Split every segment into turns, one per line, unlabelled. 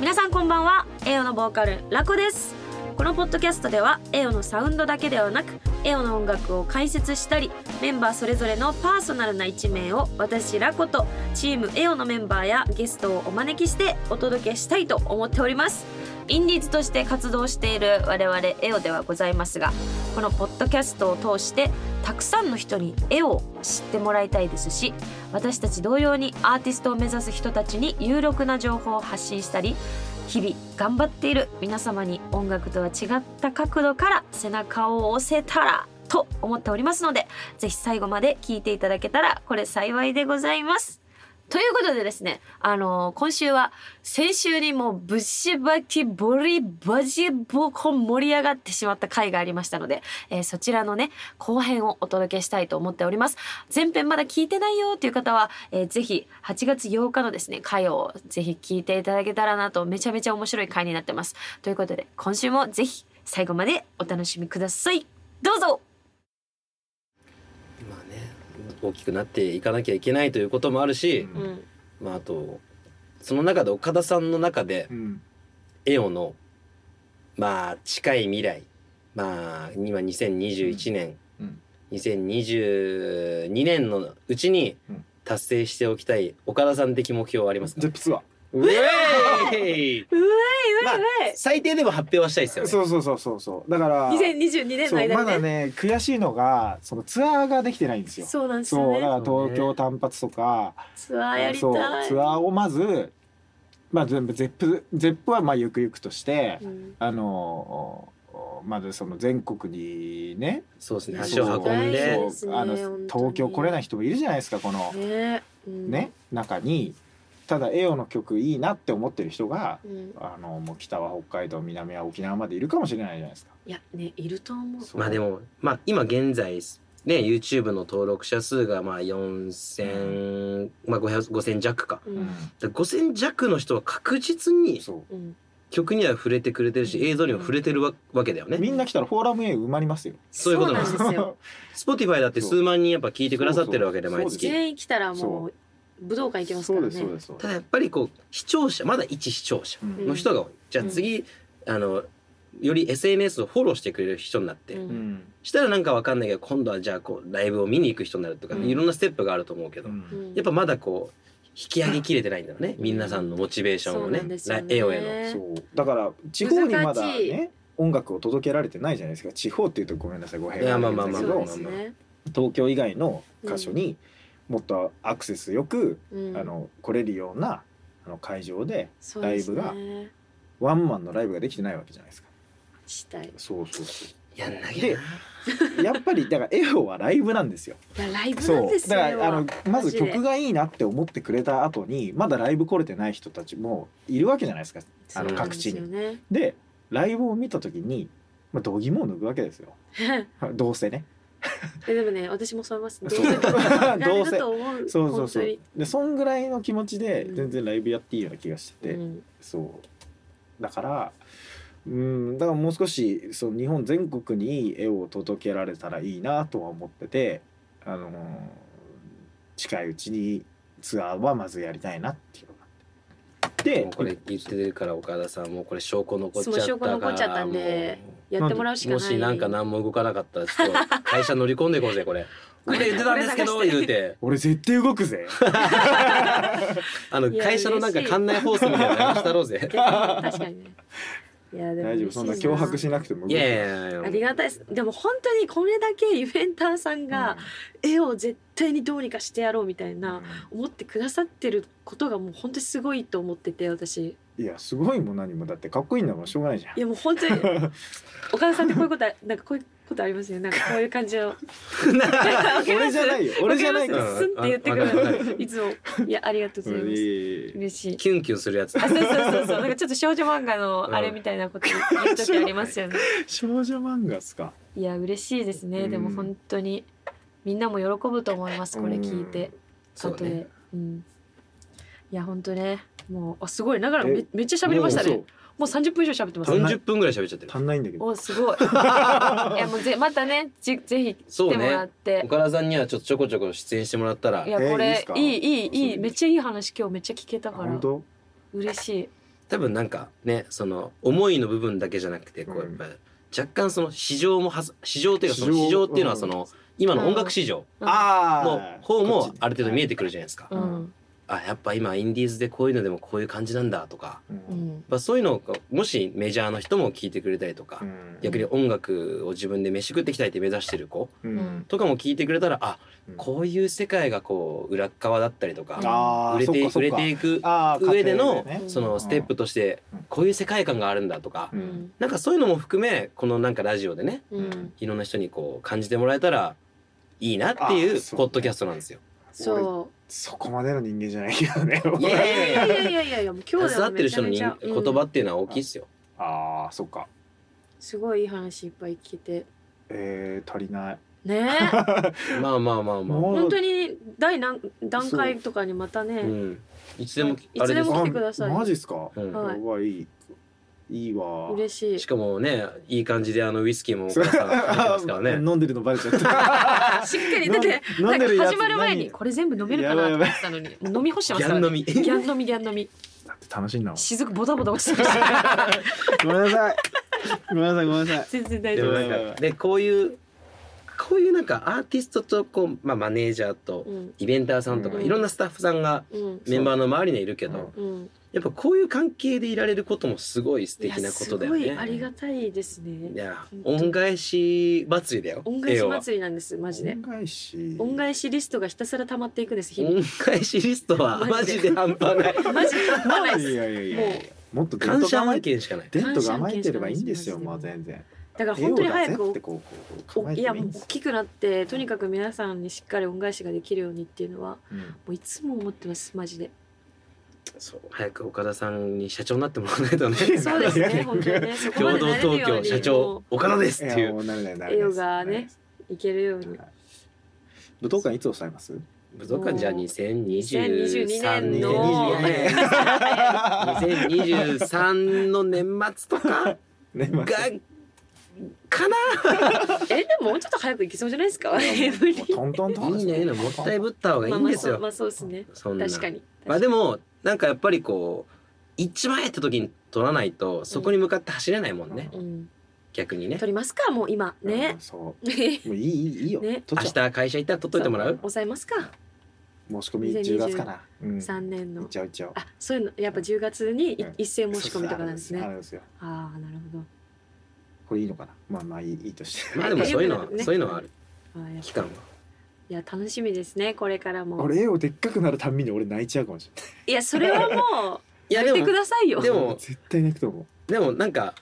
皆さんこんばんはエオのボーカルラコですこのポッドキャストではエオのサウンドだけではなくエオの音楽を解説したりメンバーそれぞれのパーソナルな一面を私ラコとチームエオのメンバーやゲストをお招きしてお届けしたいと思っておりますインディーズとして活動している我々エオではございますがこのポッドキャストを通してたくさんの人に絵を知ってもらいたいですし私たち同様にアーティストを目指す人たちに有力な情報を発信したり日々頑張っている皆様に音楽とは違った角度から背中を押せたらと思っておりますのでぜひ最後まで聞いていただけたらこれ幸いでございます。ということでですね、あのー今週は先週にもうぶしばきボリバジボコ盛り上がってしまった回がありましたので、えーそちらのね、後編をお届けしたいと思っております。前編まだ聞いてないよという方は、えーぜひ8月8日のですね、回をぜひ聞いていただけたらなと、めちゃめちゃ面白い回になってます。ということで、今週もぜひ最後までお楽しみください。どうぞ
まあね大きくなっていかなきゃいけないということもあるし、
う。
うん
まああとその中で岡田さんの中で
うん
エオのまあ近い未来まあ今2021年、
うん
2022年のうちに
うん
達成しておきたい岡田さん的目標はありますか
ゼップツア
うえい
うえいうえ
まあ
い
最低でも発表はしたいですよ
ー
ね。
そうそうそうそうそうだから
2022年の
そう
間
ま
にね
だね悔しいのがそのツアーができてないんですよ
そうなんです
そ
よ
うだ
ね
から東京単発とか
ツアーやりた
そう
い
ツアーをまずまあ全部ゼップゼップはまあゆくゆくとして
うん
あのまずその全国にね
そうですね。
そう
足を運んで
そう、
そうあの
ですね本当に
東京来れない人もいるじゃないですかこの
ねうん
ね中にただエオの曲いいなって思ってる人が
うん
あのもう北は北海道南は沖縄までいるかもしれないじゃないですか。
いやねいると思う
そう
まあでも、まあ今現在、ね、YouTube の登録者数がまあ4000、まあ500 5000弱か。
う
うんん
だから5000弱の人は確実に
そ
うん
曲には触れてくれてるし、映像にも触れてるわわけだよ
う
ね。
みんな来たらフォーラム A 埋まりますよ。
そういうことなんです
そう なんですよ
Spotify だって数万人やっぱ聞いてくださってるわけで、
そうそう
毎
そうです
月。
全員来たらもう武道館行けますからね
そうですそう
ただ
です。
やっぱりこう、視聴者、まだ一視聴者
う
うん
ん
の人が多い。じゃあ次、あの、より SNS をフォローしてくれる人になって、
う
うんん
したらなんかわかんないけど今度はじゃあこうライブを見に行く人になるとか、
うん
いろんなステップがあると思うけ
う
ど、
ん
やっぱまだこう引き上げきれてないんだろうね、
うん
皆さんのモチベーションをね
そうなんですよね
ラ絵をへ
そうだから地方にまだ
難しい
ね音楽を届けられてないじゃないですか。地方っていうとごめんなさい語弊
い
が
や
あ
ま
る
あ
ん
まあまあ
だけ
そ
まあ
うで
ど
すね
東京以外の箇所にもっとアクセスよく
うん
あの来れるようなあの会場で
そうですね
ライワンマンのライブができてないわけじゃないですか。
したいい
そうそうそ
のやんなきゃ
でやっぱりだからエオはライブなんですよ。
やライブなん
そ
で
う
すよ
だからあのまず
マジ
曲
で
がいいなって思ってくれた後にまだライブ来れてない人たちもいるわけじゃないですか。あの各地に
そうなんですよね
でライブを見た時に、まあ、度肝を抜くわけで すよどうせね。
えでもね私もそう思い ますどう
そ
せ
うど
ライ
う
ブ
せ
と思う
そうそうそ
本
うでそんぐらいの気持ちで
うん
全然ライブやっていいような気がして
当
て、
にうん
そうだからうんだからもう少しその日本全国に絵を届けられたらいいなとは思ってて、あのー近いうちにツアーはまずやりたいなっていうのがあって
もうこれ言ってるから岡田さんもうこれ証拠残っちゃっ
そ
た
う証
か
拠
ら
残っちゃったんで
も
やってもらうし
う
かない
もしなんか何も動かなかったらちょっと会社乗り込んでいこう ぜこれこれ言ってたんですけど
これ探して
言うて
俺絶対動 くぜ
あの
いや
会社のなんか
嬉しい
館内放送みたいなの流したろう ぜ
確かにね。いやでも
大丈夫そんな脅迫しなくても動
い
く
やいやいや
ありがたいです。でも本当にこれだけイベンターさんが絵を絶対にどうにかしてやろうみたい
うん
な思ってくださってることがもう本当にすごいと思ってて私。
いやすごいも何もだってかっこいいんだもんしょうがないじゃん
いやもう本当 に岡田さんってこういうことあなんかこういうことありますよね。なんかこういう感じの。
俺じゃないよ俺じゃないか
わ
ら
かりますスンって言ってく
うんわかるわ
る。いつもいやありがとうございます。
俺
嬉しい。
キュンキュンするやつ
あそうそうそうそうなんかちょっと少女漫画のあれみたいなこと言う時ありますよね。
少女漫画っすか
いや嬉しいですね、
うん
でも本当にみんなも喜ぶと思いますこれ聞いて
そう
後
ね
で、うん、いや本当ねもうあすごいだからめ
え
めっちゃ喋りました
も
ね
う
もう30分以上喋ってます
そんな
40分ぐらい喋っちゃってる
足んないんだけど
おすごいいやもうぜまたねじぜひ来てもらって、
岡田さんにはちょっとちょこちょこ出演してもらったら
いや
えー
こ
いいっ
れ
す、か
いいいいいい
そう
めっちゃいい話今日めっちゃ聞けた
あ
から
本当
嬉しい
多分なんかねその思いの部分だけじゃなくてこうやっ
うん
ぱ若干その市場もはず市場というかその
市場
市場っていうのは
うん
その今の音楽市場
うん
あ
の
あ
方もある程度見え
て
てくるじゃないですか
う。ん
あやっぱ今インディーズでこういうのでもこういう感じなんだとか
う
うんん
まあそういうのをこうもしメジャーの人も聞いてくれたりとか
うん
逆に音楽を自分で飯食ってきたいって目指してる子
うん
とかも聞いてくれたらあ
うん
こういう世界がこう裏っ側だったりとか
あー
売れて
そっかそっ
売
か
れていく
あー
上での
家庭ね
そのステップとして
うん
こういう世界観があるんだとか
う
うんん
なんかそういうのも含めこのなんかラジオでね
うん
いろんな人にこう感じてもらえたらいいなってい
あ
う
そう
ポッドキャストなんですよ。
俺
そ
そこまでの人間じゃないけどね
う
いや
い
いやい
やいや
や
いやいやいやもう今日
携
でも
わって
め
る
ちゃ
人の
めち
人
ゃ
言葉っていうのは大きいですよ。
ああそっか
うんすごいいい話いっぱい聞けて
えー足りない
ね
まあまあまあまあ。
もう
本当に第何段階とかにまた
う
ね
ん。いつで
い
もあ
つ
れ
で
です
も来てください
あマジっすか
うん
はい
やばいいいわ
嬉しい
しかもねいい感じであのウイスキーも岡田さん入ってますからね。
飲んでるのバレち ゃった。
しっかりだって
飲ん
な
飲
んか
んでるやつ
始まる前に
何
これ全部飲めるかなと思ってたのに飲み干してます
ギ
から
ャン飲
ね
み。
ギャン飲みギャン飲み
だって楽しいんだもん。
雫ボタボタ落ちてました
ごめんなさい。ごめんなさいごめんなさい。
全然大
で
丈夫
もな
やばいや
ん
ば
かでこういうこういうなんかアーティストとこうまあマネージャーと
うん
イベンターさんとか
うん
いろんなスタッフさんが
うん
メンバーの周りにはいるけ
う
ど
ん
うん
やっぱこういう関係でいられることもすごい素敵なことだよ
いやすごいあ
ね。
りがたいです
い
ね
や恩返し祭りだよ。
恩返し
要は
祭りなんですマジで
恩返し。
恩返しリストがひたすら溜まっていくんです日々
恩返しリストは マ
マ
ジ
ジ
で
で
半端 ない。
マジで溜まないで
い
す
やいやいやいや。もっと伝
感謝
統甘
案
えて
件しかない。
伝統甘えてればいいんですよ。
感謝
ま
案
あ
件しかない
全然。
だから本当に早
絵を出せって
く
こうこうこう
お
構え
い
て
や
もいい
も
ん
う
で
大
す。
きくなってとにかく皆さんにしっかり恩返しができるようにっていうのは
うん
もういつも思ってますマジで
そう早く岡田さんに社長になってもらわないとね。
そうです ね本当にねそこま
共
で
同
なれる
東
よう
京
に
社
も
長岡田です
い
ってい
や
う
もうなれないなれない。
栄養がねういけるよう
なれ
に
ない。武道館いつ抑えます？
武道館じゃあ2023
2022
年
年の
の
2022年
2023の年末とか
ね ま
が
あ
かな
えでももうちょっと早く行きそうじゃないですか AV に
トントントン。
いいねもったいぶった方がいい
まあ
ん
まあ
です
そうま
よ。
あそうですね
そんな。
確かに
まあでもなんかやっぱりこう一番えって時に取らないとそこに向かって走れないもんね、
う
うん
逆にね
取りますかもう今ね
うんそう。も
ね
ういいいいいいよ。
ね
取
明
っちゃ
日会社行ったら取っといてもらう
抑えますか
う。申し込み10月かな。うん
3年の
いっちゃういっちゃう。
あそういうのやっぱ10月にい
うん
一斉申し込みとかなんです
そうそうあ
ね
るんですよ。
ああなるほど
これいいのかな。まあまあいいいいとして。
まあでもそういうのは、
ねね
そういうのはある
あーやっぱ
期間はい
や楽しみですねこれからも
俺絵をでっかくなるたんびに俺泣いちゃうかもしれ
いやそれはも
いう
やめ
やで
て
も
くださいよ
で
ない。
も
絶対泣くと思う。
でもなんか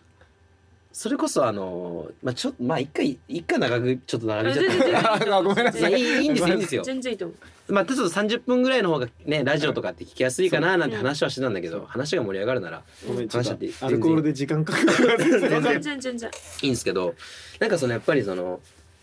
それこそあのまあちょっとまあ一回一回長くちょっと長引いちゃった
あごめんな
まあ
さ
いいいいんですよいい んですよ
全然いいと思う
まあちょっと30分ぐらいの方がねラジオとかって聞きやすいかななんて話はしてたんだけ
う
ど
ん
話が盛り上がるなら
ごめんちょっ
話しちゃって
とアルコールで時間かかる。
全然
全然全然
いいんですけどなんかそのやっぱりその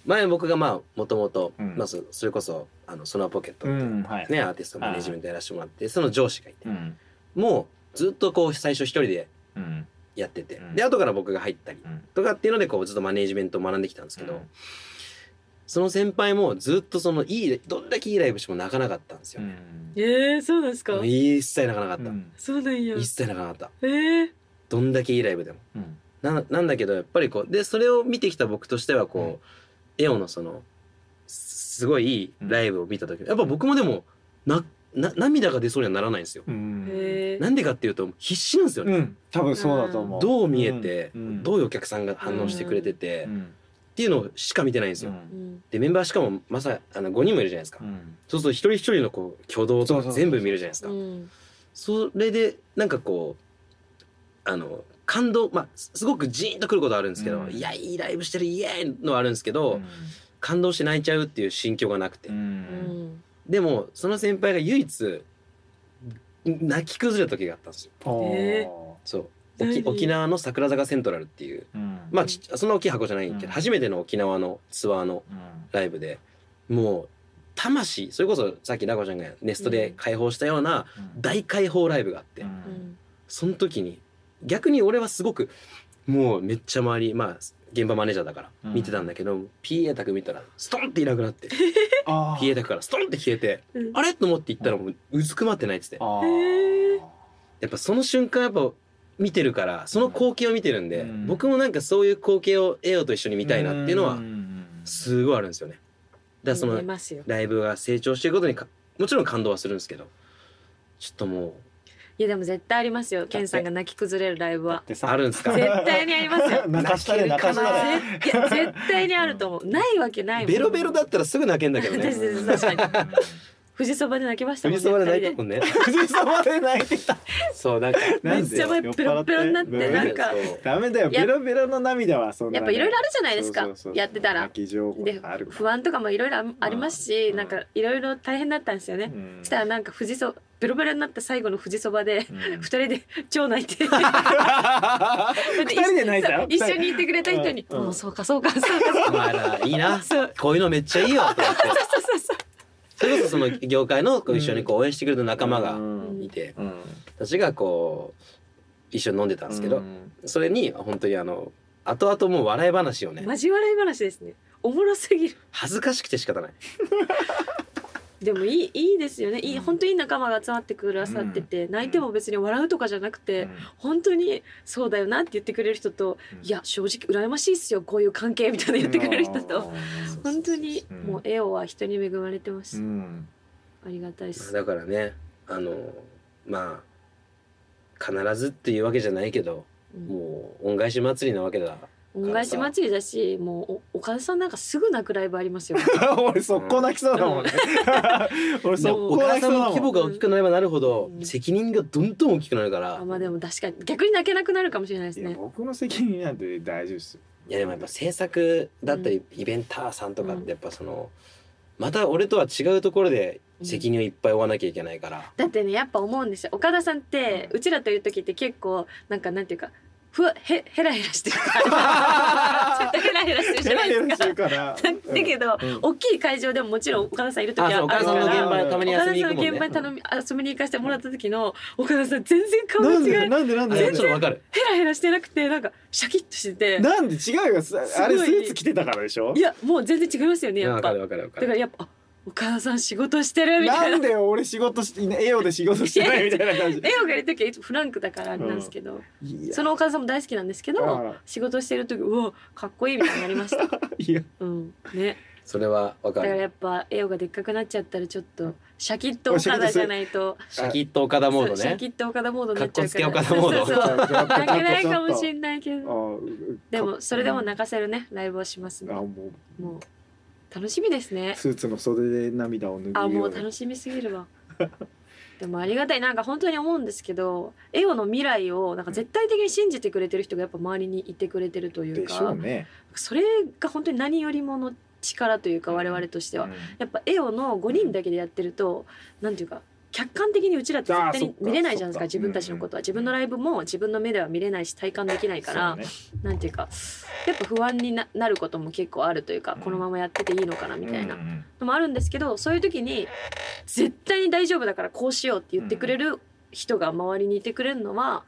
前僕がまあもともと
うん
まあそそれこそあのソナーポケット
うんはい。
ねアーティストマネジメントやらせてもらってその上司がいて
うん
もうずっとこう最初一人で
うん
やってて
うん
で後から僕が入ったり
うん。
とかっていうのでこうずっとマネジメントを学んできたんですけ
う
ど
ん
その先輩もずっとそのいいどんだけいいライブしても泣かなかったんですよ
えー、そうなんですか
一切泣かなか
う
っ
ん
そうなんや
た一切泣かなかった
えー、
どんだけいいライブでも
うん
ななんだけどやっぱりこうでそれを見てきた僕としてはこう、
うん
エオのそのすすごいいいライブを見た時、やっぱ僕もでもなな涙が出そうにはならないんですよ。
うん。
えー、
なんでかっていうと必死なんですよね。
うん。多分そうだと思う。
どう見えて、
うん
どういうお客さんが反応してくれてて、
う
っ
ん
ていうのしか見てないんです
う
よ。
うんん
でメンバーしかもまさあの5人もいるじゃないですか、
うん
そうすると一人一人のこう挙動
そ
と
うそ
か
うそう
全部見るじゃないです
う
か。
ん
それでなんかこうあの感動まあすすごくジーンとくることはあるんですけど、
うん
いやいいライブしてるイエーイのはあるんですけど、
う。
感動して泣いちゃうっていう心境がなくて、
うんん
でもその先輩が唯一泣き崩れた時があったんですよ
え
そう沖
何
沖縄の桜坂セントラルっていう
うん
まあちそんな大きい箱じゃないけど、
うん
初めての沖縄のツアーの
うん
ライブでもう魂それこそさっきラコちゃんがネストで解放したような
うん
大解放ライブがあって、
う
うんん
その時に逆に俺はすごくもうめっちゃ周りまあ現場マネージャーだから
うん
見てたんだけど、PA 宅見たらストンっていなくなって
あー
PA 宅からストンって消えて
うん
あれと思って行ったらもううずくまってないっつって
あ
へ
ー
ー
やっぱその瞬間やっぱ見てるからその光景を見てるんで、
うん
僕もなんかそういう光景を AO と一緒に見たいなっていうのは
ん
すごいあるんですよね。だからその
見えますよ
ライブが成長していくことにかもちろん感動はするんですけどちょっとも
いやでも絶対ありますよケンさんが泣き崩れるライブ
だ
は
ってさ
うあるんですか
絶対にありますよ
泣かしたれ泣かしたれ
絶いや絶対にあると思うないわけないもん
ベロベロだったらすぐ泣けんだけど
私
ね。
確かに富士そばで泣きましたも
藤
ん
沢で泣い
二人で
たもんね。
藤井様で泣いてた
そうなんか
な
め
ん
っ
で
ちゃ前ペロペロになって
酔っ払って
なんか
そう
ダメだよ
いや
ベロベロの涙はそんな
やっぱいろいろあるじゃないですか
そうそうそう
やってたら
泣き情報
で
がある
不安とかもいろいろあありますし
うん
なんかいろいろ大変だったんですよね
うん
そしたらなんか富士そベロベロになった最後の富士そばで
うん
二人で超泣い て
二人で泣いたよ
一緒にいてくれた人に「
うん
もうそうかそうかそうかそう
お前らいいな
そう
こういうのめっちゃいいよと思って
そうそうそう
それこそその業界のこう一緒にこう応援してくれる仲間がいて、
うん
たちがこう一緒に飲んでたんですけど、
うん
それに本当にあの後々もう笑い話をね
交わらい話ですねおもろすぎる
恥ずかしくて仕方ない
でもいいいいですよねいい
うん
本当にいい仲間が集まってくださってて、泣いても別に笑うとかじゃなくて、本当にそうだよなって言ってくれる人と、
うん
いや正直羨ましいっすよこういう関係みたいな言ってくれる人と、本当に
うん
もうエオは人に恵まれてま
う
す、
ん
ありがたいです、
だからねあのまあ必ずっていうわけじゃないけど
うん
もう恩返し祭りなわけだ
恩返し祭りだしもうお岡田さんなんかすぐ泣くライブありますよ
俺速攻泣きそうだもんね俺
そう
お
速攻
母
泣き
さ
そ
ん
う
の
だ
規模
もん
が大きくなればなるほど
うん
責任がどんどん大きくなるから
あまあでも確かに逆に泣けなくなるかもしれないです
いや
ね
僕の責任なんて大丈夫ですよ
いやでもやっぱ制作だったりイベンターさんとかってやっぱそのまた俺とは違うところで責任をいっぱい負わなきゃいけないから、
だってねやっぱ思うんですよ岡田さんってうちらという時って結構なんかなんていうかふわへへらへらしてるから ちょっとヘラヘラしてるじ
ヘ
ゃな
ラ
い
ヘラ
で
し
す
て
か
るから
だけど、
うん
大きい会場でももちろん岡田さんいる時は
あ
あ
そう
るか
岡
ら
田さんの現場たまに
岡
遊
田
びに
さんの
行くもん
現場
ね
に頼み遊びに行かせてもらった時の岡田さん全然顔が
なん
違
で
う
なんでなん
あ
で
れ
なん
ち
で
ょっとわかる
ヘラヘラしてなくてなんかシャキッとしてて
なんで違うよすあれ
す
ス
ごい
ーツ着てたからでしょ
いやもう全然違いますよねやっ
わ
ぱだ
かるわかるわか
から
る
やっぱあ岡田さん仕事してるみたい
な
なん
でよ俺仕事してね栄養で仕事してないみたいな感じ
絵を描いる時はいつもフランクだからあれなんですけど、
いや
その岡田さんも大好きなんですけ
あ
ど
ら
仕事してる時うわかっこいいみたいになりました
いや
うんね
それはわ
だか
か
らや
る
っぱ絵をがでっかくなっちゃったらちょっとシャキッと岡田じゃないと
シャキッと岡田モード
シャ
ね
キッと岡田モードになっちゃうから
かっこつけ岡田モード
そうそうそう
ちょっとちょっと
泣けないかもしんないけ
あ
ど
うう
でもそれでも泣かせるねライブをします
あ
ね
も
もう楽しみです
う
ね
スーツの袖で涙を拭うよ
あもう
な
楽しみすぎるわ でもありがたいなんか本当に思うんですけどエオの未来をなんか絶対的に信じてくれてる人がやっぱ周りにいてくれてるという
でし
か
ょうね
それが本当に何よりもの力というか我々としてはやっぱエオの5人だけでやってるとなんていうか客観的にうちらって絶対
あーそ
に
っか
見れないじゃないですか
そ
自
っか
分たちのことは
うん
自分のライブも自分の目では見れないし体感できないから、なんていうかやっぱ不安にななることも結構あるというか
うん
このままやってていいのかなみたいな
な
のもあるんですけどそういう時に絶対に大丈夫だからこうしようって言ってくれる人が周りにいてくれるのは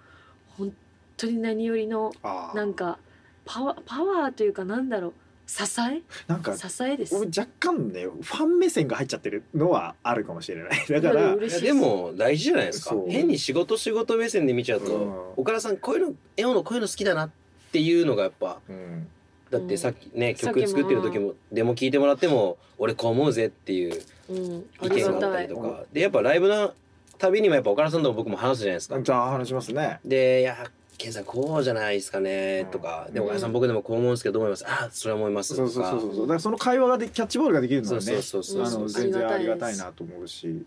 本当に何よりの
あ
なんかパワーパワーというかなんだろう支え
なんか
支えです。
俺若干ねファン目線が入っちゃってるのはあるかもしれないだ
だ
から
いやでも大事じゃないですか
そう
変に仕事仕事目線で見ちゃう
うん
と岡田さんこういうの絵のこういうの好きだなっていうのがやっぱ
うん
だってさっきね、
んさっき
曲
も
作ってる時もでも聞いてもらっても俺こう思うぜっていう
うん、あ
意
り
見
が
があったた
い
りと
ありが
かでやっぱライブの旅にもやっぱ岡田さんとも僕も話すじゃないですか。
じゃあ話しますね
で「いやケンさんこうじゃないですかね」とか「でも岡田さ
うん
ん僕でもこう思うんですけどどう思います?」「あそれは思います」
そ
と
うそうそう
か
そうだからその会話がでキャッチボールができるの
そ
は
う
ね
そうそうそう
あ
そ
の
う
そう
全然
あ
あ
り
り
が
が
た
た
いで
い
す
なと思うし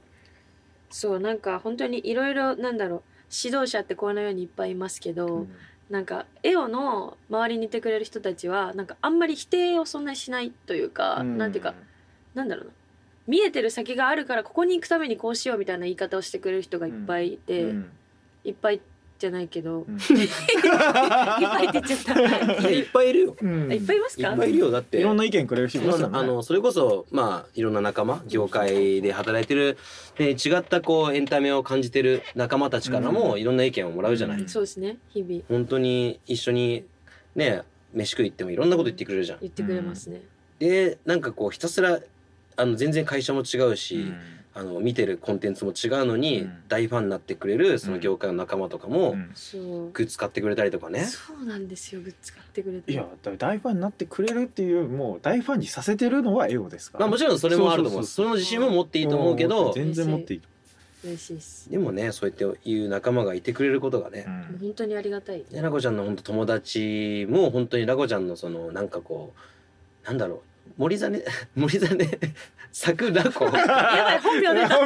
そうなんか本当にいろいろなんだろう指導者ってこのようにいっぱいいますけど、
うん
なんかエオの周りにいてくれる人たちはなんかあんまり否定をそんなにしないというか、なんていうかなんだろうな見えてる先が あるからここに行くためにこうしようみたいな言い方をしてくれる人がいっぱいいて、
うん
いっぱいじゃないけど
うん
いっぱいって言っちゃ った。
いやいっぱいいるよ
うん
いっぱいいます
い
か
っぱいいるよだって
いろんな意見くれる人い
ま
ますよ
あ
ね。
あのそれこそまあいろんな仲間業界で働いてるで違ったこうエンタメを感じてる仲間たちからもいろんな意見をもらうじゃない、
うん
そうですね。日々
本当に一緒にね飯食い行ってもいろんなこと言ってくれるじゃん、
言ってくれますね。
でなんかこうひたすらあの全然会社も違うし、
うん
あの見てるコンテンツも違うのに、
うん
大ファンになってくれるその業界の仲間とかも、
うん
そう。
グッズ買ってくれたりとかね
そうなんですよ。グッズ買ってくれて。
いやだ大ファンになってくれるっていうよりも大ファンにさせてるのはエオですから、
まあもちろんそれもあると思う
そ
そ
うそうそう
れの自信も持っていいと思うけど
全然持っていいと
嬉しいです。
でもねそうやっていう仲間がいてくれることがね、
思
もう本当にありがたい。
でラコちゃんの本当友達も本当にラコちゃんのそのなんかこうなんだろう森ザネ 森ザネ作ラコが
やばい本名出た。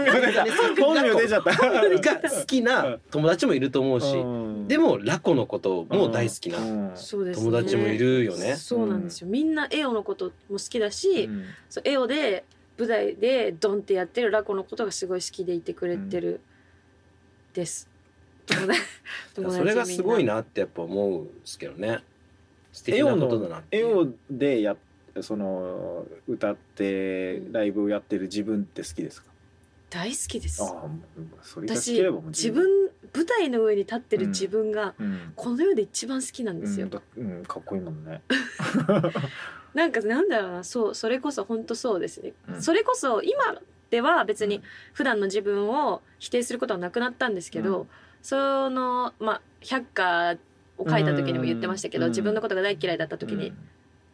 本名出ちゃった本名出ちゃった
好きな友達もいると思うし、でもラコのことも大好きな
そうですね。
友達もいるよね。
そうなんですよ。みんなエオのことも好きだし、そうエオで舞台でドンってやってるラコのことがすごい好きでいてくれてるです。友達友達
それがすご
み
い
んな。
なってやっぱ思うんですけどね。素敵
エ
な
オ
ことだな
の
ってい
エ
う
オでやその歌ってライブをやってる自分って好きですか、
大好きです。
ああそれが好き
私
ればもう
自分舞台の上に立ってる自分が、
うん
この世で一番好きなんですよ、
うん、かっこいいもんね。
なんかなんだろうなそうそれこそ本当そうですね、
うん
それこそ今では別
う
に
ん
普段の自分を否定することはなくなったんですけど、
う
そのまあ百科を書いた時にも言ってましたけど、
うん
自分のことが大嫌いだった時に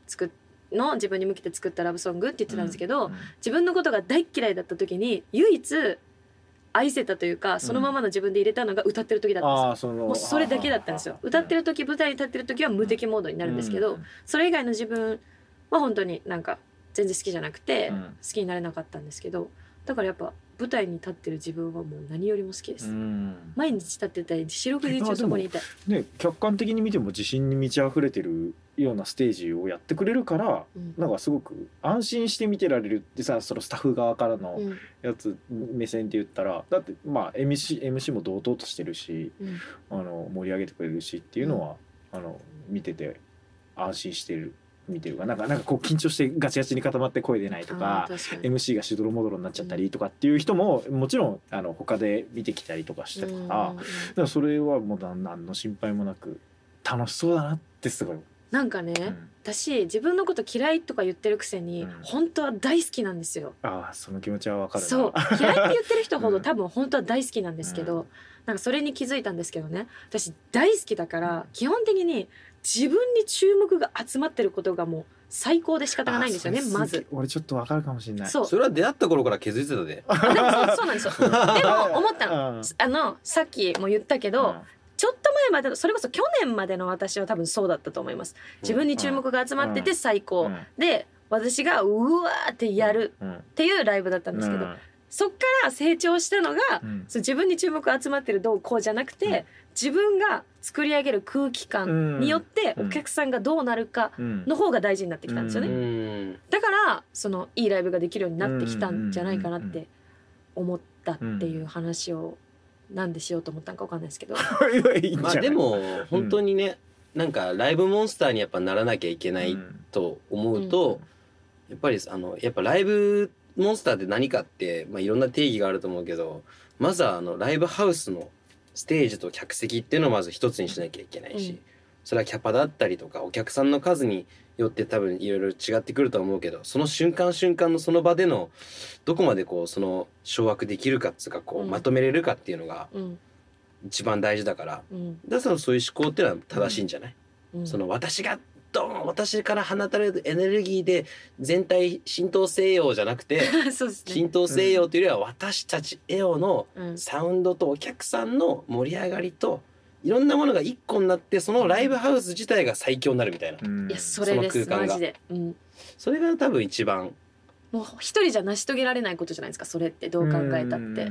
作っの自分に向けて作ったラブソングって言ってたんですけど、自分のことが大嫌いだった時に唯一愛せたというかそのままの自分で入れたのが歌ってる時だったんですよ
ああその
もうそれだけだったんですよ歌って
る
る時舞台に立ってる時は無敵モードになるんですけど、それ以外の自分は本当になんか全然好きじゃなくて、
うん
好きになれなかったんですけどだからやっぱ舞台に立ってる自分はもう何よりも好きです、毎日立ってたり四六時中そこにいたい
ね、客観的に見ても自信に満ち溢れてるようなステージをやってくれるから
うん
なんかすごく安心して見てられるってさそのスタッフ側からの
うん
やつ目線で言ったらだってまあ MC, MC も堂々としてるし
うん
あの盛り上げてくれるしっていうのは、あの見てて安心してる見てるがなんかなんかこう緊張してガチガチに固まって声出ないと
あ
か
ー。確かに
MC がしどろもどろになっちゃったりとかっていう人ももちろんあの他で見てきたりとかしてたから
うんうんうん
だからそれはもう何何の心配もなく楽しそうだなってすごい思
なんかね、
う、うん
私自分のこと嫌いとか言ってるくせに、
うん
本当は大好きなんですよ
ああその気持ちはわかるな
そう嫌いって言ってる人ほ
う
ど
ん
多分本当は大好きなんですけど、
うん
なんかそれに気づいたんですけどね私大好きだから基本的に自分に注目が集まってることがもう最高で仕方がないんですよね
あそれ
ます
げえ
ず。
俺ちょっとわかるかもしれない
そう
それは出会った頃から削ってたで。
あでもそうそうなんですよで も思ったの。
の
あのさっきも言ったけど、ちょっと前までのそれこそ去年までの私は多分そうだったと思います自分に注目が集まってて最高、で私がうわーってやるっていうライブだったんですけど、そっから成長したのが、そう自分に注目が集まってるどうこうじゃなくて、
うん
自分が作り上げる空気感によって
うん
お客さんがどうなるか
の
の方が大事になってきたんですよ
う
ね、
うん
ん。
だからそのいいライブができるようになってきたんじゃないかなって思ったっていう話をなんでしようと思ったのかわかんないですけど、
まあでも本当にね、なんかライブモンスターにやっぱならなきゃいけないと思うと、やっぱりあのやっぱライブモンスターって何かって、まあ、いろんな定義があると思うけどまずはあのライブハウスのステージと客席っていうのをまず一つにしなきゃいけないし、
うん
それはキャパだったりとかお客さんの数によって多分いろいろ違ってくるとは思うけどその瞬間瞬間のその場でのどこまでこうその掌握できるかっつうかこう
うん
まとめれるかっていうのが
うん
一番大事だから
うん
だからそういう思考っていうのは正しいんじゃない
うん、
その私がドーン私から放たれるエネルギーで全体浸透せよじゃなくて
そうですね、
浸透せよというよりは私たちエオの
うん
サウンドとお客さんの盛り上がりといろんなものが一個になってそのライブハウス自体が最強になるみたいな
やそれです
その空
マ
間が
ジで、うん、
それが多分一番
もう一人じゃ成し遂げられないことじゃないですかそれってどう考えたって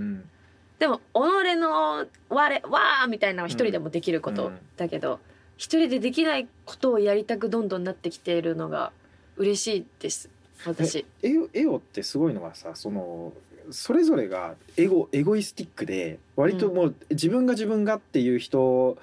でも己の我わーみたいなのは一人でもできること、
うん
だけど一人でできないことをやりたくどんどんなってきているのが嬉しいです私
エオエオってすごいのがさそのそれぞれがエゴエゴイスティックで割ともう自分が自分がっていう人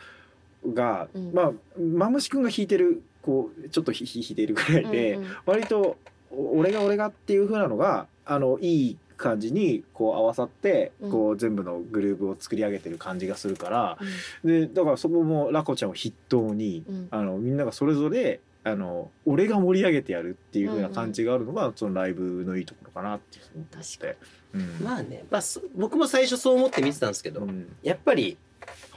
が、
うん
まあマムシ君が弾いてるこうちょっとひひ弾いてるぐらいで、
うんうん
割とお俺が俺がっていう風なのがあのいい感じにこう合わさって
うん
こう全部のグルーブを作り上げてる感じがするから、でだからそこもラコちゃんを筆頭に
うんうん
あのみんながそれぞれあの俺が盛り上げてやるっていう風な感じがあるのが、そのライブのいいところかなっていうふうに思って。うん
まあね、まあ、そ僕も最初そう思って見てたんですけど、
うん
やっぱり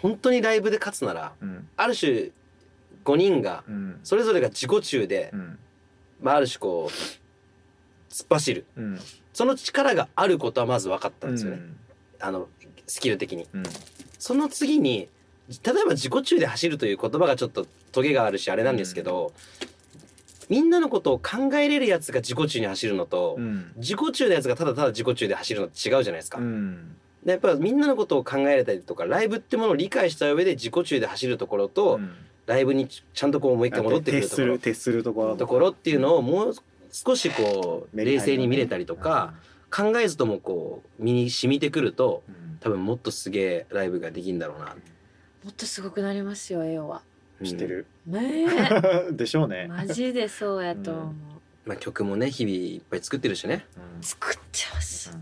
本当にライブで勝つなら
うん
ある種5人が
うん
それぞれが自己中で、
うん
まあ、ある種こう突っ走る
うん
その力があることはまず分かったんですよね、
うん
あのスキル的に。
うん
その次に例えば自己中で走るという言葉がちょっとトゲがあるしあれなんですけど、みんなのことを考えれるやつが自己中に走るのと、
うん
自己中のやつがただただ自己中で走るのって違うじゃないですか。
うん
でやっぱみんなのことを考えれたりとかライブってものを理解した上で自己中で走るところと、ライブにちゃんとこうもう一回戻ってく
徹
るとこ
す
ろ
る徹するところ
ところっていうのをもう少しこう
メリハリ
冷静
がね
に見れたりとか、考えずともこう身に染みてくると
うん
多分もっとすげえライブができんだろうな。
もっとすごくなりますよ栄養は
うん
知ってる、
ねえ
でしょうね、
マジでそうやと思う、
まあ、曲もね日々いっぱい作ってるしね
うん
作ってます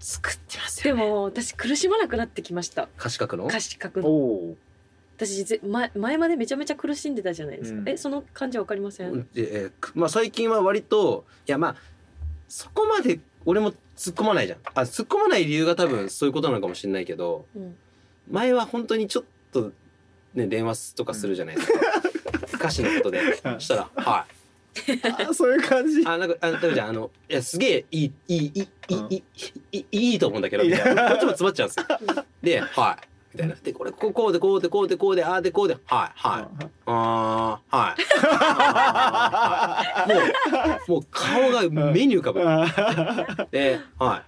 作ってます
でも私苦しまなくなってきました
歌詞書くの
歌詞書く
お
の
お
私ぜ前前までめちゃめちゃ苦しんでたじゃないですか、
うん
えその感じわかりません、
で、えーくまあ、最近は割といやまあそこまで俺も突っ込まないじゃんあ突っ込まない理由が多分そういうことなのかもしれないけど
うん
前は本当にちょっとね電話とかするじゃない ですか、歌詞のことで
うん
したら「は
あ そういう感 じ
い」あなんかあ多分じゃんあのいやすげえいいいいいいいいいいいいと思うんだけど」みたいなこっちも詰まっちゃうんですよ。で「はい」みたいな。でこれこうこうでこうでこうでこうでああでこうで「はいはい」あーはいあーはい。もう、もう顔が目に浮かぶ。
あ
で、は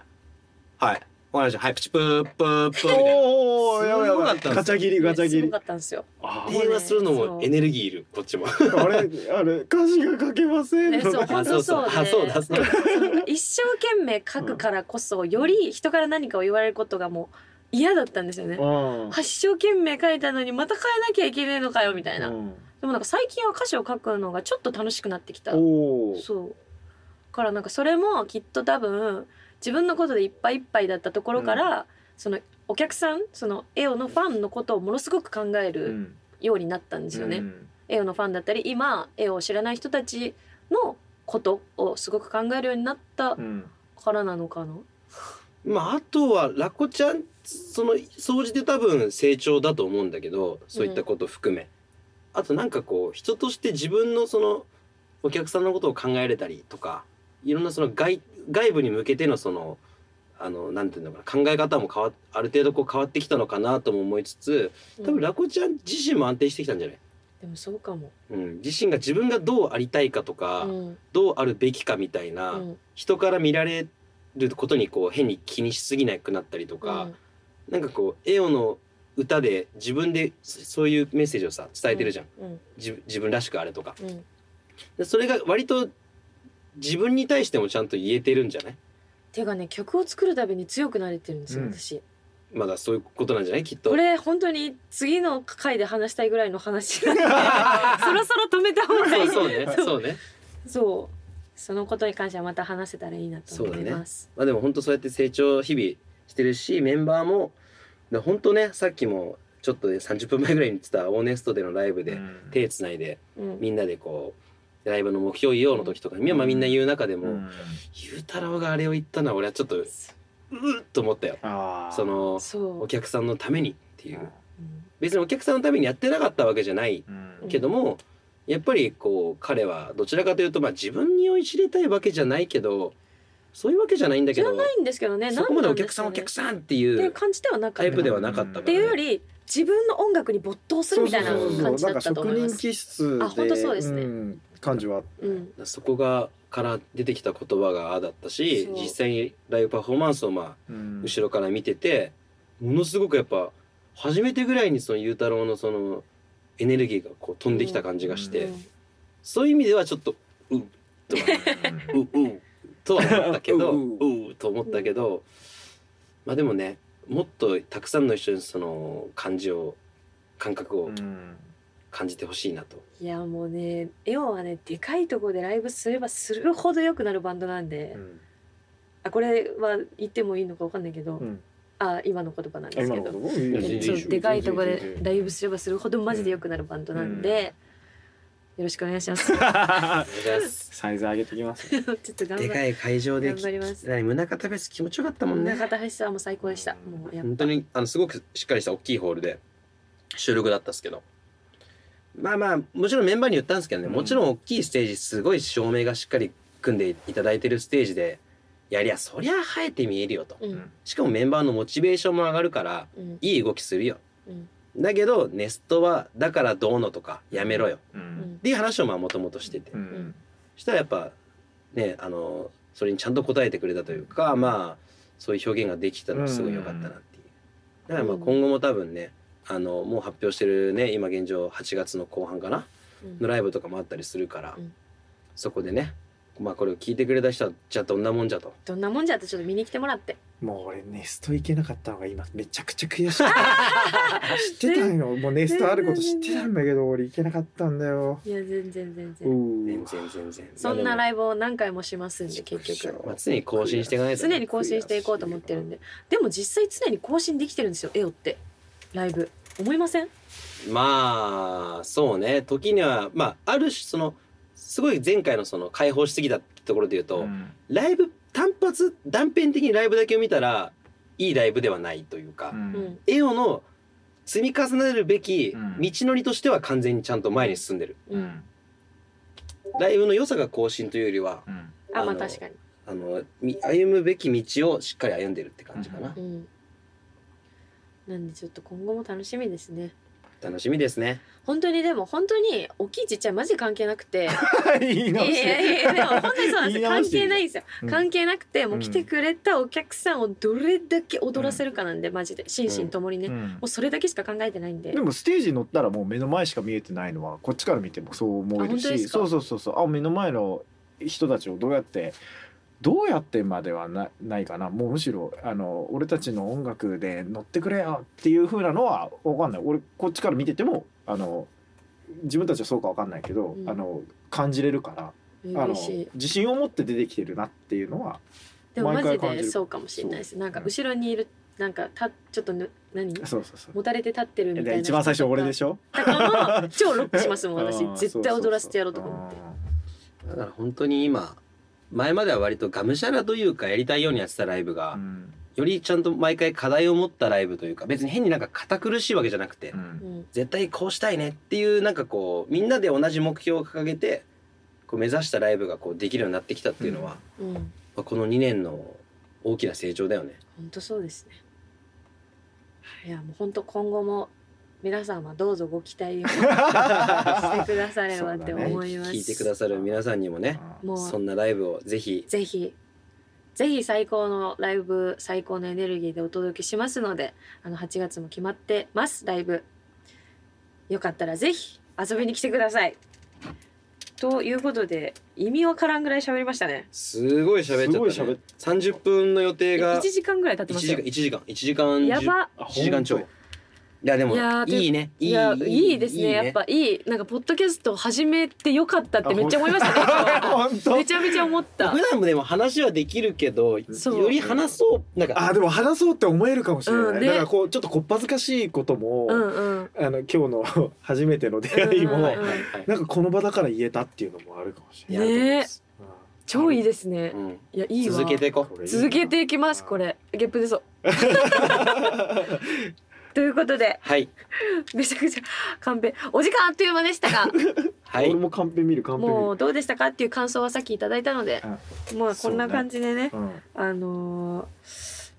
い。はい。わかりました。はい、プチプープープーみたい
おおやばいやばい
すごかったんですよ
ガチャ切りガチャ切
すご
り
かったんですよ
あ
な。電話するのもエネルギーいる、こっちも。
ーあれあれ歌詞が書けません
ねそう
あ
本当そうで
あそうだそうだ
そう一生懸命書くからこそより人から何かを言われることがもう嫌だったんですよね
うん
あ一生懸命書いたのにまた変えなきゃいけねえのかよみたいな、
う
で
ん
もなんか最近は歌詞を書くのがちょっと楽しくなってきた
おお
そうだからなんかそれもきっと多分自分のことでいっぱいいっぱいだったところから、そのお客さんそのエオのファンのことをものすごく考える
ん
ようになったんですよね、
うん
エオのファンだったり今エオを知らない人たちのことをすごく考えるようになった
うん
からなのかな、
まあ、あとは、ラコちゃん、その、総じて多分成長だと思うんだけど、そういったこと含め。あと、なんかこう、人として自分のその、お客さんのことを考えれたりとか、いろんなその外、外部に向けてのその、あの、なんていうのかな、考え方も変わっ、ある程度こう変わってきたのかなとも思いつつ、多
うん
分ラコちゃん自身も安定してきたんじゃない、
でもそうかも、
うん、自身が自分がどうありたいかとか、
うん
どうあるべきかみたいな、
うん
人から見られることにこう変に気にしすぎなくなったりとか、なんかこうエオの歌で自分でそそういうメッセージをさ伝えてるじゃん、
うん
自自分らしくあれとか
うんうん
でそれが割と自分に対してもちゃんと言えてるんじゃない
ていうかね曲を作るたびに強くなれてるんですよ、
うん
私
まだそういうことなんじゃないきっと
これ本当に次の回で話したいぐらいの話 なんでそろそろ止めた方が
そ
いうい
そうねそうね
そうそのことに関してはまた話せたらいいなと思います、
まあでも本当そうやって成長日々してるしメンバーもで本当ねさっきもちょっとね30分前ぐらいに言ってたオーネストでのライブで
うん
手つないで
うん
みんなでこうライブの目標言おうの時とかみんなまあみんな言う中でも、
うん
ゆうたろうがあれを言ったのは俺はちょっとうーっと思ったよ
あー
その
そ
お
う、
客さんのためにっていう
うん
別にお客さんのためにやってなかったわけじゃない
うん
けどもやっぱりこう彼はどちらかというとまあ自分に酔いしれたいわけじゃないけどそういうわけじゃないんだ
じ
け
ゃ
ど
ないんですけどね
そこまでお客さん、
な
お
んなん
客
です
さんっ
か
て
ね
い
っていう
う
感じではなか
タ
った
イ
っ
プではなかった
うん
か
ていう
ら
より自分の音楽に没頭するみたいな
そうそうそうそう
感じだったと思いま
なんか職人
す
気質で
あ本当そうですね
ん感じは
うん
そこがから出てきた言葉がああだったし
そう
実際にライブパフォーマンスをまあ後ろから見ててものすごくやっぱ初めてぐらいにそのゆうたろうのそのエネルギーがこう飛んできた感じがして、
うん
そういう意味ではちょっとうっとかううとは思ったけど
う
う
う
うと思ったけどまあでもねもっとたくさんの人にその感じを感覚を
うん
感じてほしいなと、
いやもうねエオンはねでかいところでライブすればするほど良くなるバンドなんで、
うん
あこれは言ってもいいのかわかんないけど、
うん
あ今の言葉なん
あ
です
今
け
の
ど
こと
や全然いい
そうでかいところでライブすればするほどマジで良くなるバンドなんで、よろしくお願いします ちょっ
お願いします
サイズ上げてきます。
と頑張
で
って
かい会場で
頑張ります
胸肩フェス気持ちよかったもんね
中田橋さんも最高でしたもうやっ
本当にあのすごくしっかりした大きいホールで収録だったんですけどまあまあもちろんメンバーに言ったんですけどね、
うん
もちろん大きいステージすごい照明がしっかり組んでいただいてるステージでやりゃそりゃ生えて見えるよと
う
うん
ん
しかもメンバーのモチベーションも上がるから
うん
いい動きするよ
うん
だけどネストはだからどうのとかやめろよ
う
うんん
っていう話をまあもともとしてて
うんうん
したらやっぱねあのそれにちゃんと答えてくれたというかまあそういう表現ができたのがすごい良かったなっていう、だからまあ今後も多分ねあのもう発表してるね今現状8月の後半かなのライブとかもあったりするから、
うん
そこでねまあこれを聞いてくれた人はじゃあどんなもんじゃと
どんなもんじゃってちょっと見に来てもらって
もう俺ネスト行けなかったのが今めちゃくちゃ悔し い知ってたよもうネストあること知ってたんだけど俺行けなかったんだよ
いや全然全
う
然
全
ん
然全然
そんな
まあ
ライブを何回もしますんで結局
でもまあ常に更新していかないとね
常に更新していこうと思ってるんででも実際常に更新できてるんですよエオってライブ思いません
まあそうね時にはまあある種そのすごい前回のその解放しすぎたってところで言うと、
うん
ライブ単発断片的にライブだけを見たらいいライブではないというか、
う
うんん
エオの積み重ねるべき道
うん
のりとしては完全にちゃんと前に進んでる、
うん
ライブの良さが更新というよりは
うん
あま
あ
あ
の
確かに
あのみ歩むべき道をしっかり歩んでるって感じかな、
うん
うんなんでちょっと今後も楽しみですね
楽しみですね
本当にでも本当に大きいちっちゃいマジで関係なくて
言い
いや
直
い
し
や
て
いやでも本当にそうなんです
言い
よ
直
関
して
係ないんですよ、
うん
関係なくてもう来
うん
てくれたお客さんをどれだけ踊らせるかなんで、マジで心身ともにね、
う
も
ん
うそれだけしか考えてないんで
でもステージに乗ったらもう目の前しか見えてないのはこっちから見てもそう思える
あ本当で
し
すか
そうそうそうそうあ目の前の人たちをどうやってどうやってまではなないかなもうむしろあの俺たちの音楽で乗ってくれよっていう風なのは分かんない俺こっちから見ててもあの自分たちはそうか分かんないけど、
うん
あの感じれるからあの
嬉しい
自信を持って出てきてるなっていうのは
でもマ
毎回
ジ
感じる
でそうかもしれないですなんか
うん
後ろにいるなんかたちょっとぬ何
そうそうそう
もたれて立ってるみたい
で
な
一番最初俺で
ょ
しょ
だからもう超ロックしますも ん私
あー
絶対踊らせてやろうとか思って
そうそうそう
だから本当に今前までは割とがむしゃらというかやりたいようにやってたライブが、
あーうん
よりちゃんと毎回課題を持ったライブというか別に変になんか堅苦しいわけじゃなくて、
うん
うん
絶対こうしたいねっていうなんかこうみんなで同じ目標を掲げてこう目指したライブがこうできるようになってきたっていうのは、
うん
うん
まあこの2年の大きな成長だよね。
本当そうですねいやもう本当今後も皆さんはどうぞご期待をしてくださればって思 います、
聞いてくださる皆さんにもね
も
そ
うん
なライブをぜひ
ぜひぜひ最高のライブ最高のエネルギーでお届けしますのであの8月も決まってますライブよかったらぜひ遊びに来てくださいということで意味わからんぐらい喋りましたね
すごい喋っちゃ
す
っ
ごい喋った
ね。30分の予定が
1
1時
時間ぐらい経ってますよ
間1時間1時間
やば
あ
1時間超。いやでも
いやーで
いいねいい
いやいいですね
いい
やっぱいいなんかポッドキャスト始めてよかったってめっちゃ思いましたね今
本
日
当
めちゃめちゃ思った
普段もでも話はできるけどよ
そう
り話そうなんか
あでも話そうって思えるかもしれない、
うんね
だからこうちょっとこっぱずかしいことも、
うんうん
あの今日の初めての出会い
う
も、
んうん
は
う
いはいはい
なんかこの場だから言えたっていうのもあるかもしれ
い
ない、
やと思います
うん
超いいですね
うん
いやいいわ
続けていこう
これいいな
続けていきますこれゲップ出 そうということで
はい
めちゃくちゃカンペお時間あっという間でしたが
はい
俺もカンペ見るカンペ見る
もうどうでしたかっていう感想はさっきいただいたのでもうこんな感じでね
うん
あのー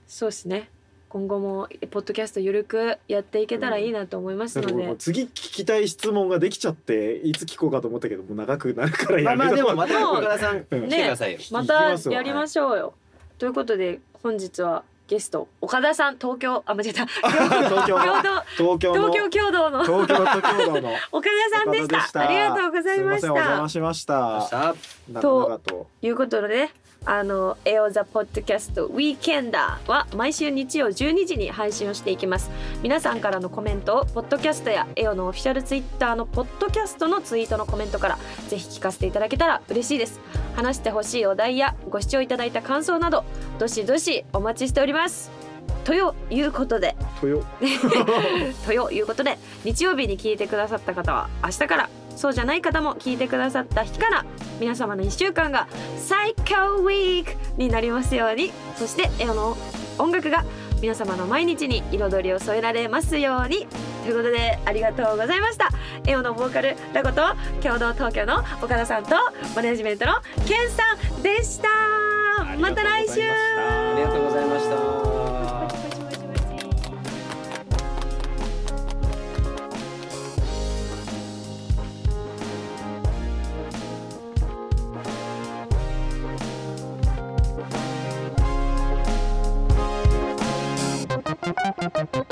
そうですね今後もポッドキャストゆるくやっていけたらいいなと思います
なん
の
か
で、
もう次聞きたい質問ができちゃっていつ聞こうかと思ったけどもう長くなるから
まあまあ
やめ
で
とこ
も
う
また
もう
岡田さん来てくださいよ。
ま
行き
た
ますわ
やりましょうよ。ということで本日はゲスト岡田さん東京あ間違えた
東京
共
の
同
東京の
東京共同の岡
東京都共同
田
の
さんでした
岡田でした
ありがとうございまし
すいませんお邪
た
魔しまし
明
た
日
長々と
ということであの「エオザポッドキャストウィーケンダー」は毎週日曜12時に配信をしていきます皆さんからのコメントをポッドキャストやエオのオフィシャルツイッターのポッドキャストのツイートのコメントからぜひ聞かせていただけたら嬉しいです話してほしいお題やご視聴いただいた感想などどしどしお待ちしておりますということで
とよ
ということで日曜日に聞いてくださった方は明日からそうじゃない方も聞いてくださった日から皆様の1週間が最高ウィークになりますようにそしてエオの音楽が皆様の毎日に彩りを添えられますようにということでありがとうございましたエオのボーカルラコと共同東京の岡田さんとマネジメントのケンさんでしたまた来週
ありがとうございました。
Thank you.